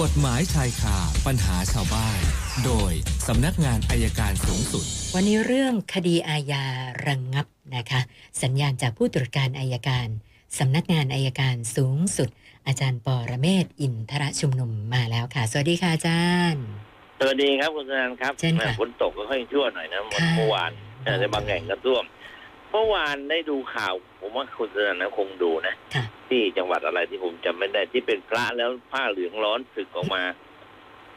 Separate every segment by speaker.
Speaker 1: กฎหมายชายคาปัญหาชาวบ้าน โดยสำนักงานอายการสูงสุด
Speaker 2: วันนี้เรื่องคดีอาญาระงงับนะคะ สัญญาณจากผู้ตรวจการอายการสำนักงานอายการสูงสุด อาจารย์ปอระเมศวร์อินทรชุมนุมมาแล้วค่ะ สวัสดีค่ะอาจารย์
Speaker 3: สวัสดีครับคุณสนันท์ครับ
Speaker 2: เชิญค่ะ
Speaker 3: แหม่ฝนตกก็ค่อยชั่วหน่อยนะเมื่อ
Speaker 2: ค่ะ
Speaker 3: เมื่อวานเออในบางแห่งก็ท่วมเมื่อวานได้ดูข่าว ผมว่าคุณสนันท์คงดูนะ
Speaker 2: ค่ะ
Speaker 3: ที่จังหวัดอะไรที่ผมจำไม่ได้ที่เป็นพระแล้วผ้าเหลืองร้อนสึกออกมา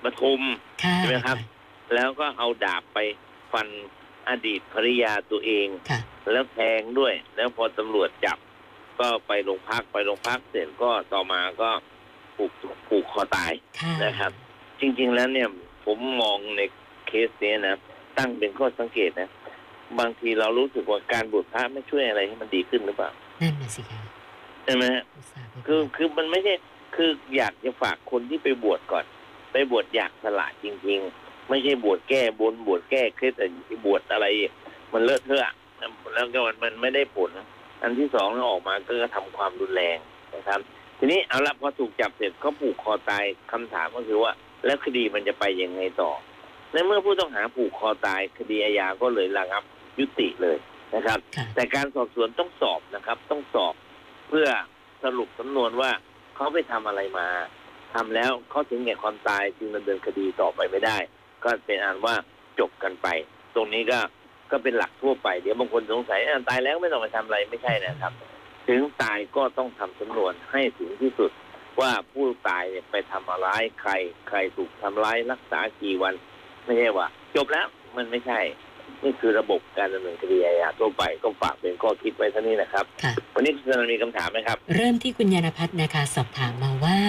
Speaker 3: ปทุม
Speaker 2: ค่ะ
Speaker 3: ใช่ไหมครับ แล้วก็เอาดาบไปฟันอดีตภริยาตัวเอง
Speaker 2: ค่ะ
Speaker 3: แล้วแทงด้วย แล้วพอตำรวจจับ ก็ไปโรงพักไปโรงพักเสร็จก็ต่อมาก็ผูกผูกคอตาย
Speaker 2: ค่ะ
Speaker 3: นะครับ จริง ๆ แล้วเนี่ยผมมองในเคสเนี้ยนะ ตั้งเป็นข้อสังเกตนะ บางทีเรารู้สึกว่าการบวชพระไม่ช่วยอะไรให้มันดีขึ้นหรือเปล่า
Speaker 2: นั่นน่ะสิคะ
Speaker 3: ใช่ไหมฮะ
Speaker 2: อุตส่าห์ไป
Speaker 3: คือคือมันไม่ใช่คืออยากจะฝากคนที่ไปบวชก่อน ไปบวชอยากสละจริง ๆ ไม่ใช่บวชแก้บนบวชแก้เคล็ดแต่บวชอะไร มันเลอะเทอะแล้วก็มันมันไม่ได้ผล อันที่สองออกมาก็ทำความรุนแรงนะครับ ทีนี้เอาละพอถูกจับเสร็จก็ผูกคอตายคำถามก็คือว่า แล้วคดีมันจะไปยังไงต่อ ในเมื่อผู้ต้องหาผูกคอตายคดีอาญาก็เลยระงับยุติเลยนะครับ
Speaker 2: ค่ะ
Speaker 3: แต่การสอบสวนต้องสอบนะครับ ต้องสอบเพื่อสรุปสำนวนว่าเขาไปทำอะไรมาทำแล้วเขาถึงแก่ความตายจึงดำเนินคดีต่อไปไม่ได้ ก็เป็นอันว่าจบกันไป ตรงนี้ก็ก็เป็นหลักทั่วไปเดี๋ยวบางคนสงสัยอ่ะตายแล้วไม่ต้องไปทำอะไรไม่ใช่นะครับ ถึงตายก็ต้องทำสำนวนให้ถึงที่สุด ว่าผู้ตายเนี่ยไปทำร้ายใคร ใครถูกทำร้ายรักษากี่วัน ไม่ใช่ว่า จบแล้วมันไม่ใช่ นี่คือระบบการดำเนินคดีอาญาทั่วไปก็ฝากเป็นข้อคิดไว้เท่านี้นะครับ
Speaker 2: ค่ะ
Speaker 3: วันนี้คุณสนันท์มีคำถามไหมครับ
Speaker 2: เริ่มที่คุณยานพัฒน์นะคะสอบถามมาว่า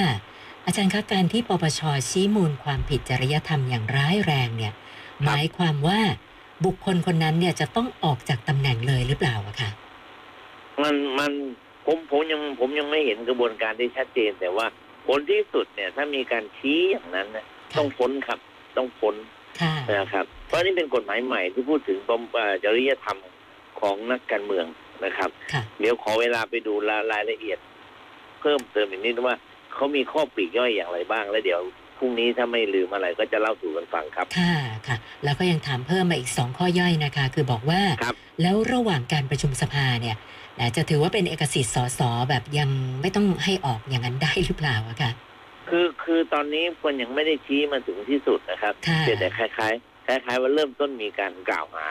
Speaker 2: อาจารย์คะการที่ปปชชี้มูลความผิดจริยธรรมอย่างร้ายแรงเนี่ย หมายความว่าบุคคลคนนั้นเนี่ยจะต้องออกจากตำแหน่งเลยหรือเปล่าอะคะ
Speaker 3: มันมันผมผมยังผมยังไม่เห็นกระบวนการที่ชัดเจน แต่ว่าผลที่สุดเนี่ย ถ้ามีการชี้อย่างนั้นนะต้องพ้นครับ ต้องพ้น
Speaker 2: ค่ะ
Speaker 3: นะครับ เพราะนี่เป็นกฎหมายใหม่ที่พูดถึงปมเอ่อจริยธรรมของนักการเมืองนะครับ
Speaker 2: ค่ะ
Speaker 3: เดี๋ยวขอเวลาไปดูรารายละเอียด เพิ่มเติมอีกนิดว่าเขามีข้อปลีกย่อยอย่างไรบ้าง แล้วเดี๋ยวพรุ่งนี้ถ้าไม่ลืมอะไรก็จะเล่าสู่กันฟังครับ
Speaker 2: ค่ะค่ะ แล้วก็ยังถามเพิ่มมาอีก 2 ข้อย่อยนะคะ คือบอกว่า
Speaker 3: ครับ
Speaker 2: แล้วระหว่างการประชุมสภาเนี่ยและจะถือว่าเป็นเอกสิทธิ์สสแบบยังไม่ต้องให้ออกอย่างนั้นได้หรือเปล่าอะคะ
Speaker 3: คือคือตอนนี้คนยังไม่ได้ชี้มาถึงที่สุดนะครับ
Speaker 2: ค่ะ
Speaker 3: เพียงแต่คล้ายๆคล้ายๆว่าเริ่มต้นมีการกล่าวหา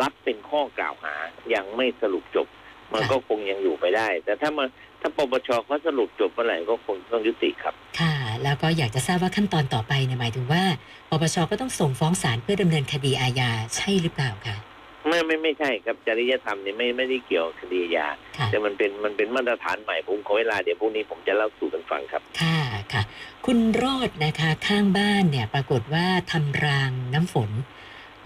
Speaker 3: รับเป็นข้อกล่าวหายังไม่สรุปจบ มันก็คงยังอยู่ไปได้ แต่ถ้ามาถ้าปปชเขาสรุปจบเมื่อไหร่ก็คงต้องยุติครับ
Speaker 2: ค่ะ แล้วก็อยากจะทราบว่าขั้นตอนต่อไปเนี่ยหมายถึงว่าปปชก็ต้องส่งฟ้องศาลเพื่อดำเนินคดีอาญาใช่หรือเปล่าคะ
Speaker 3: ไม่ไม่ไม่ใช่ครับจริยธรรมนี่ไม่ไม่ได้เกี่ยวกับคดีอาญา
Speaker 2: ค่ะ
Speaker 3: แต่มันเป็นมันเป็นมาตรฐานใหม่ผมขอเวลาเดี๋ยวพรุ่งนี้ผมจะเล่าสู่กันฟังครับ
Speaker 2: ค่ะค่ะ คุณโรดนะคะข้างบ้านเนี่ยปรากฏว่าทำรางน้ำฝน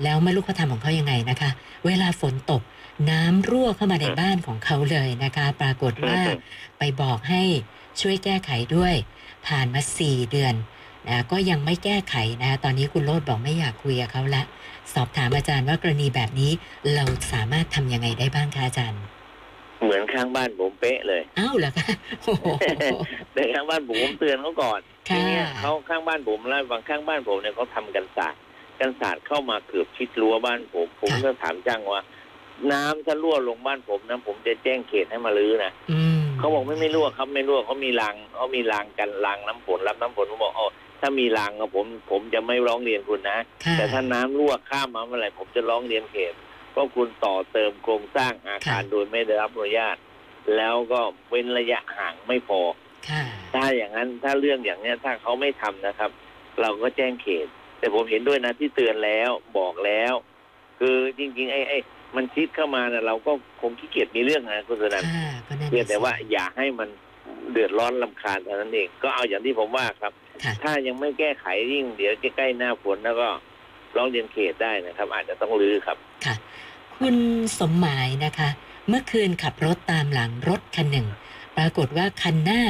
Speaker 2: แล้วไม่รู้เขาทำของเขายังไงนะคะ เวลาฝนตกน้ำรั่วเข้ามาในบ้านของเขาเลยนะคะ ปรากฏว่า
Speaker 3: อืม
Speaker 2: ไปบอกให้ช่วยแก้ไขด้วย ผ่านมาสี่เดือนนะก็ยังไม่แก้ไขนะคะตอนนี้คุณโรดบอกไม่อยากคุยกับเขาละสอบถามอาจารย์ว่ากรณีแบบนี้เราสามารถทำยังไงได้บ้างคะอาจารย์
Speaker 3: เหมือนข้างบ้านผมเป๊ะเลย
Speaker 2: อ้าวเหรอคะโอ้โห
Speaker 3: ในข้างบ้านผมผมเตือนเขาก่อน ที
Speaker 2: ค่ะ
Speaker 3: เนี้ยเขาข้างบ้านผมแล้วบางข้างบ้านผมเนี่ยเขาทำกันศาสตร์กันศาสตร์เข้ามาเกือบชิดรั้วบ้านผม ผม
Speaker 2: ค่ะ
Speaker 3: ก็ถามจ้างว่า น้ำถ้ารั่วลงบ้านผมนะผมจะแจ้งเขตให้มาลื้อนะ
Speaker 2: อืม
Speaker 3: เขาบอกไม่ไม่รั่วครับไม่รั่วเขามีรางเขามีรางกันรางน้ำฝนรับน้ำฝนผมบอกอ๋อถ้ามีรางอะผม ผมจะไม่ร้องเรียนคุณนะ
Speaker 2: ค่ะ
Speaker 3: แต่ถ้าน้ำรั่วข้ามมาเมื่อไหร่ผมจะร้องเรียนเขตเพราะคุณต่อเติมโครงสร้างอาคาร
Speaker 2: ค่ะ
Speaker 3: โดยไม่ได้รับอนุญาต แล้วก็เว้นระยะห่างไม่พอ
Speaker 2: ค่ะ
Speaker 3: ถ้าอย่างนั้นถ้าเรื่องอย่างเนี้ยถ้าเขาไม่ทำนะครับ เราก็แจ้งเขต แต่ผมเห็นด้วยนะที่เตือนแล้วบอกแล้ว คือจริงๆไอ้ไอ้มันชิดเข้ามานะเราก็คงขี้เกียจมีเรื่องนะคุณสนั่น
Speaker 2: ค่ะก็นั่น
Speaker 3: เพียง
Speaker 2: น่ะสิ
Speaker 3: แต่ว่าอย่าให้มันเดือดร้อนลำคาญเท่านั้นเองก็เอาอย่างที่ผมว่าครับ
Speaker 2: ค่ะ
Speaker 3: ถ้ายังไม่แก้ไขยิ่งเดี๋ยวใกล้ๆหน้าฝนแล้วก็ร้องเรียนเขตได้นะครับ อาจจะต้องรื้อครับ
Speaker 2: ค่ะ คุณสมหมายนะคะ เมื่อคืนขับรถตามหลังรถคันหนึ่ง ปรากฏว่าคันหน้า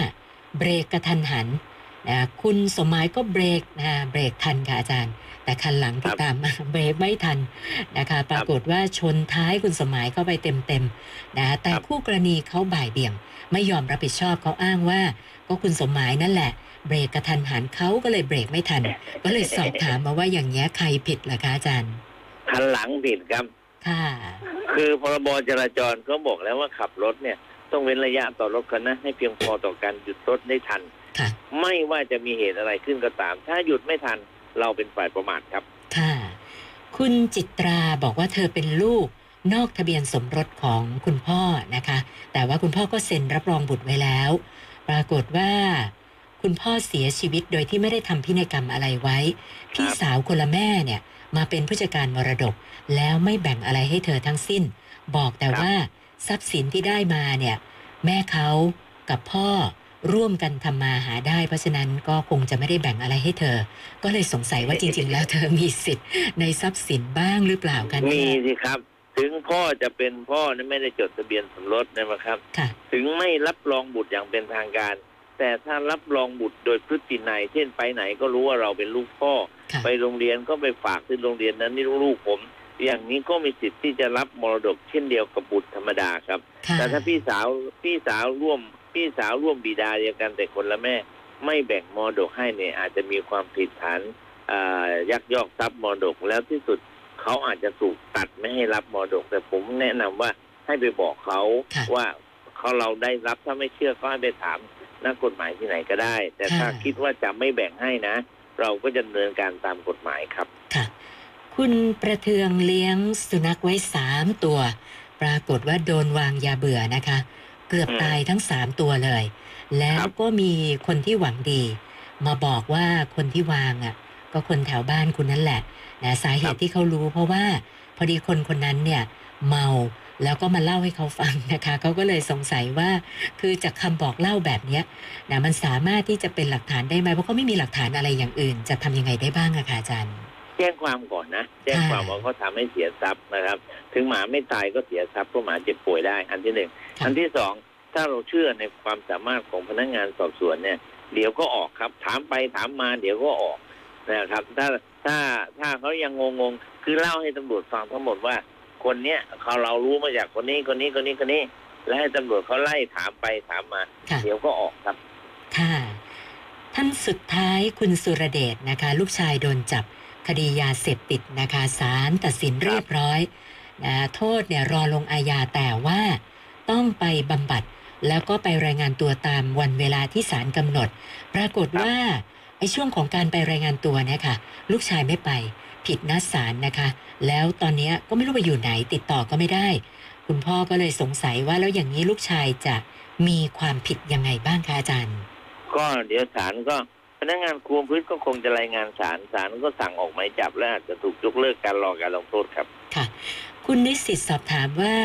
Speaker 2: เบรกกระทันหัน นะคุณสมหมายก็เบรกนะเบรกทันค่ะอาจารย์ แต่คันหลังที่
Speaker 3: ครับ
Speaker 2: ตามมา เบรกไม่ทันนะคะ ปรากฏว่าชนท้ายคุณสมหมายเข้าไปเต็มๆนะคะแต่
Speaker 3: ครับ
Speaker 2: คู่กรณีเขาบ่ายเบี่ยง ไม่ยอมรับผิดชอบเขาอ้างว่า ก็คุณสมหมายนั่นแหละ เบรกกระทันหันเขาก็เลยเบรกไม่ทัน ก็เลยสอบถามมาว่าอย่างนี้ยใครผิดล่ะคะอาจารย์
Speaker 3: คันหลังผิดครับ
Speaker 2: ค่ะ
Speaker 3: คือพรบจราจรก็บอกแล้วว่าขับรถเนี่ย ต้องเว้นระยะต่อรถคันนะให้เพียงพอต่อการหยุดรถได้ทัน
Speaker 2: ค่ะ
Speaker 3: ไม่ว่าจะมีเหตุอะไรขึ้นก็ตาม ถ้าหยุดไม่ทันเราเป็นฝ่ายประมาทครับ
Speaker 2: ค่ะ คุณจิตราบอกว่าเธอเป็นลูกนอกทะเบียนสมรสของคุณพ่อนะคะ แต่ว่าคุณพ่อก็เซ็นรับรองบุตรไว้แล้ว ปรากฏว่า คุณพ่อเสียชีวิตโดยที่ไม่ได้ทำพินัยกรรมอะไรไว้ พี่สาวคนละแม่เนี่ย มาเป็นผู้จัดการมรดก แล้วไม่แบ่งอะไรให้เธอทั้งสิ้น บอกแต่
Speaker 3: ครับ
Speaker 2: ว่าทรัพย์สินที่ได้มาเนี่ย แม่เขากับพ่อร่วมกันทำมาหาได้ เพราะฉะนั้นก็คงจะไม่ได้แบ่งอะไรให้เธอ ก็เลยสงสัยว่าจริง ๆ แล้วเธอมีสิทธิ์ในทรัพย์สินบ้างหรือเปล่ากัน
Speaker 3: มี
Speaker 2: เนี่ย
Speaker 3: สิครับ ถึงพ่อจะเป็นพ่อนั้นไม่ได้จดทะเบียนสมรสนะครับ
Speaker 2: ค่ะ
Speaker 3: ถึงไม่รับรองบุตรอย่างเป็นทางการ แต่ถ้ารับรองบุตรโดยพฤตินัยเช่นไปไหนก็รู้ว่าเราเป็นลูกพ่อ
Speaker 2: ค่ะ
Speaker 3: ไปโรงเรียนก็ไปฝากที่โรงเรียนนั้นนี่ลูกผม อย่างนี้ก็มีสิทธิ์ที่จะรับมรดกเช่นเดียวกับบุตรธรรมดาครับ
Speaker 2: ค่ะ
Speaker 3: แต่ถ้าพี่สาวพี่สาวร่วมพี่สาวร่วมบิดาเดียวกันแต่คนละแม่ ไม่แบ่งมรดกให้เนี่ยอาจจะมีความผิดฐานอ่ายักยอกทรัพย์มรดกแล้วที่สุดเขาอาจจะถูกตัดไม่ให้รับมรดก แต่ผมแนะนำว่าให้ไปบอกเขา
Speaker 2: ค่ะ
Speaker 3: ว่าเขาเราได้รับถ้าไม่เชื่อก็ให้ไปถามนักกฎหมายที่ไหนก็ได้ แต่ถ้าคิดว่าจะไม่แบ่งให้นะ เราก็จะดำเนินการตามกฎหมายครับ
Speaker 2: ค่ะ คุณประเทืองเลี้ยงสุนัขไว้สามตัว ปรากฏว่าโดนวางยาเบื่อนะคะ เกือบ
Speaker 3: อืม
Speaker 2: ตายทั้งสามตัวเลย แล้
Speaker 3: คว รับ
Speaker 2: ก็มีคนที่หวังดี มาบอกว่าคนที่วางอ่ะ ก็คนแถวบ้านคุณนั่นแหละนะสาเหตุที่เขารู้เพราะว่า พอดีคนคนนั้นเนี่ย เมาแล้วก็มาเล่าให้เขาฟังนะคะเขาก็เลยสงสัยว่า คือจากคำบอกเล่าแบบเนี้ยนะมันสามารถที่จะเป็นหลักฐานได้ไหมเพราะเขาไม่มีหลักฐานอะไรอย่างอื่น จะทำยังไงได้บ้างอะคะอาจารย์
Speaker 3: แจ้งความก่อนนะ แจ้งความว่าเขาทำให้เสียทรัพย์นะครับ ถึงหมาไม่ตายก็เสียทรัพย์เพราะหมาเจ็บป่วยได้ อันที่หนึ่ง
Speaker 2: ค่ะ
Speaker 3: อันที่สองถ้าเราเชื่อในความสามารถของพนักงานสอบสวนเนี่ย เดี๋ยวก็ออกครับ ถามไปถามมาเดี๋ยวก็ออกนะครับ ถ้าถ้าถ้าเขายังงงงๆคือเล่าให้ตำรวจฟังทั้งหมดว่า คนเนี้ยเขาเรารู้มาจากคนนี้คนนี้คนนี้คนนี้ และให้ตำรวจเขาไล่ถามไปถามมา
Speaker 2: ค่ะ
Speaker 3: เดี๋ยวก็ออกครับ
Speaker 2: ค่ะ ท่านสุดท้ายคุณสุรเดชนะคะ ลูกชายโดนจับคดียาเสพติดนะคะศาลตัดสินเรียบร้อยนะโทษเนี่ยรอลงอาญาแต่ว่าต้องไปบำบัด แล้วก็ไปรายงานตัวตามวันเวลาที่ศาลกำหนด ปรากฏว่าไอ้ช่วงของการไปรายงานตัวเนี่ยค่ะ ลูกชายไม่ไปผิดนัดศาลนะคะ แล้วตอนเนี้ยก็ไม่รู้ไปอยู่ไหนติดต่อก็ไม่ได้ คุณพ่อก็เลยสงสัยว่าแล้วอย่างนี้ลูกชายจะมีความผิดยังไงบ้างคะอาจารย์
Speaker 3: ก็เดี๋ยวศาลก็พนักงานคุมพืชก็คงจะรายงานศาลศาลก็สั่งออกหมายจับและอาจจะถูกยกเลิกการรอการลงโทษครับ
Speaker 2: ค่ะ คุณนิสิตสอบถามว่า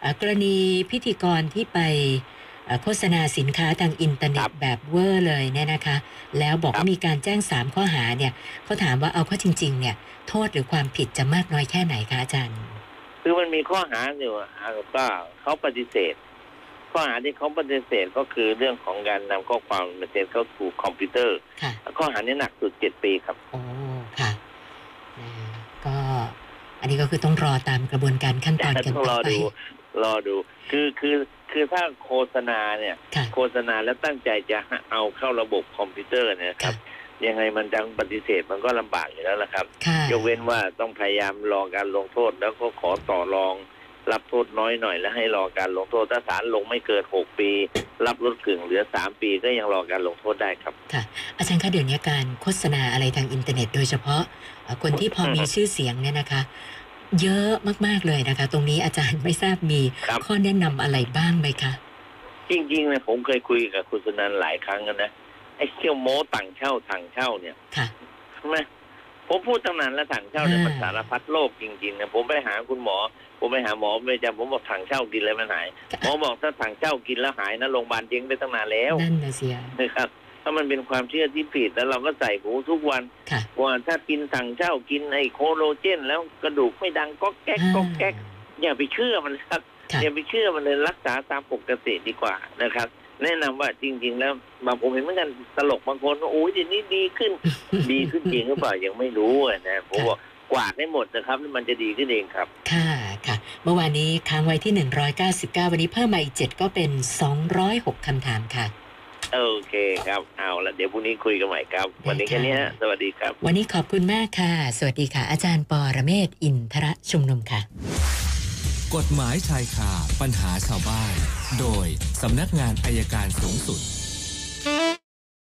Speaker 2: เอ่อกรณีพิธีกรที่ไปเอ่อโฆษณาสินค้าทางอินเทอร์เน็
Speaker 3: ครั
Speaker 2: ต
Speaker 3: บ
Speaker 2: แบบเวอร์เลยเนี่ยนะคะ แล้วบอก
Speaker 3: ครั
Speaker 2: ว่า
Speaker 3: บ
Speaker 2: มีการแจ้ง 3 ข้อหาเนี่ยเขาถามว่าเอาเข้อจริง ๆ เนี่ย โทษหรือความผิดจะมากน้อยแค่ไหนคะอาจารย์
Speaker 3: คือมันมีข้อหาอยู่อ่ะก็เขาปฏิเสธ ข้อหาที่เขาปฏิเสธก็คือเรื่องของการนำข้อความมาเซ็นเข้าสู่คอมพิวเตอร์
Speaker 2: ค่ะ
Speaker 3: ข้อหานี้หนักสุดเจ็ดปีครับ
Speaker 2: โอ้ ค่ะนะก็อันนี้ก็คือต้องรอตามกระบวนการขั้นตอนกัน
Speaker 3: ต้องร
Speaker 2: ต่อ
Speaker 3: อ
Speaker 2: ไป
Speaker 3: ดูรอดู คือคือคือถ้าโฆษณาเนี่ย
Speaker 2: ค่ะ
Speaker 3: โฆษณาแล้วตั้งใจจะเอาเข้าระบบคอมพิวเตอร์เนยนะครับ ยังไงมันจังปฏิเสธมันก็ลำบากอยู่แล้วละครับ
Speaker 2: ค่ะ
Speaker 3: ยกเว้นว่าต้องพยายามรอการลงโทษ แล้วก็ขอต่อรอง รับโทษน้อยหน่อย และให้รอการลงโทษถ้าศาลลงไม่เกินหกปี รับลดกึ่งเหลือสามปีก็ยังรอการลงโทษได้ครับ
Speaker 2: อาจารย์คะเดี๋ยวนี้การโฆษณาอะไรทางอินเทอร์เน็ตโดยเฉพาะเอ่อคนที่พอมีชื่อเสียงเนี่ยนะคะ เยอะมากๆเลยนะคะ ตรงนี้อาจารย์ไม่ทราบมี
Speaker 3: ครับ
Speaker 2: ข้อแนะนำอะไรบ้างไหมคะ
Speaker 3: จริงๆนะผมเคยคุยกับคุณสนันหลายครั้งแล้วนะไอ้เที่ยวโม้ต่างเช่าต่างเช่าเนี่ย
Speaker 2: ค่ะ
Speaker 3: ใช่ไหมผมพูดตั้งนานแล้วต่างเช่าเนี่ย
Speaker 2: อ่ามั
Speaker 3: มันสารพัดโลกจริงๆนะผมไปหาคุณหมอ ผมไปหาหมอไม่จำผมบอกถังเช่ากินแล้วมันหายหมอบอกถ้าถังเช่ากินแล้วหายนะโรงพยาบาลเจ๊งไปตั้งนานแล้ว
Speaker 2: นั่นนะเสีย
Speaker 3: นะครับถ้ามันเป็นความเชื่อที่ผิดแล้วเราก็ใส่หูทุกวัน
Speaker 2: ค่ะ
Speaker 3: ว่าถ้ากินถังเช่ากินไอโคโลเจน แล้วกระดูกไม่ดังก็แก๊กก็แก๊กอย่าไปเชื่อมันครับ
Speaker 2: ค่ะ
Speaker 3: อย่าไปเชื่อมันเลยรักษาตามปกติดีกว่านะครับ แนะนำว่าจริง ๆ แล้วบางผมเห็นเหมือนกันตลกบางคนว่าโอ้ยเดี๋ยวนี้ดี ขึ้น ดีขึ้นจริงหรือเปล่ายังไม่รู้อะนะผมบอกกวาดให้หมดนะครับแล้วมันจะดีขึ้นเองครับ
Speaker 2: ค่ะค่ะ เมื่อวานนี้ค้างไว้ที่ 199 วันนี้เพิ่มมาอีก 7 ก็เป็น 206คำถามค่ะ
Speaker 3: โอเคครับเอาละเดี๋ยวพรุ่งนี้คุยกันใหม่ครับ วันนี้แค่นี้ฮะสวัสดีครับ
Speaker 2: วันนี้ขอบคุณมากค่ะ สวัสดีค่ะ อาจารย์ปอระเมศวร์อินทรชุมนุมค่ะ
Speaker 1: กฎหมายชายคาปัญหาชาวบ้าน โดยสำนักงานอายการสูงสุด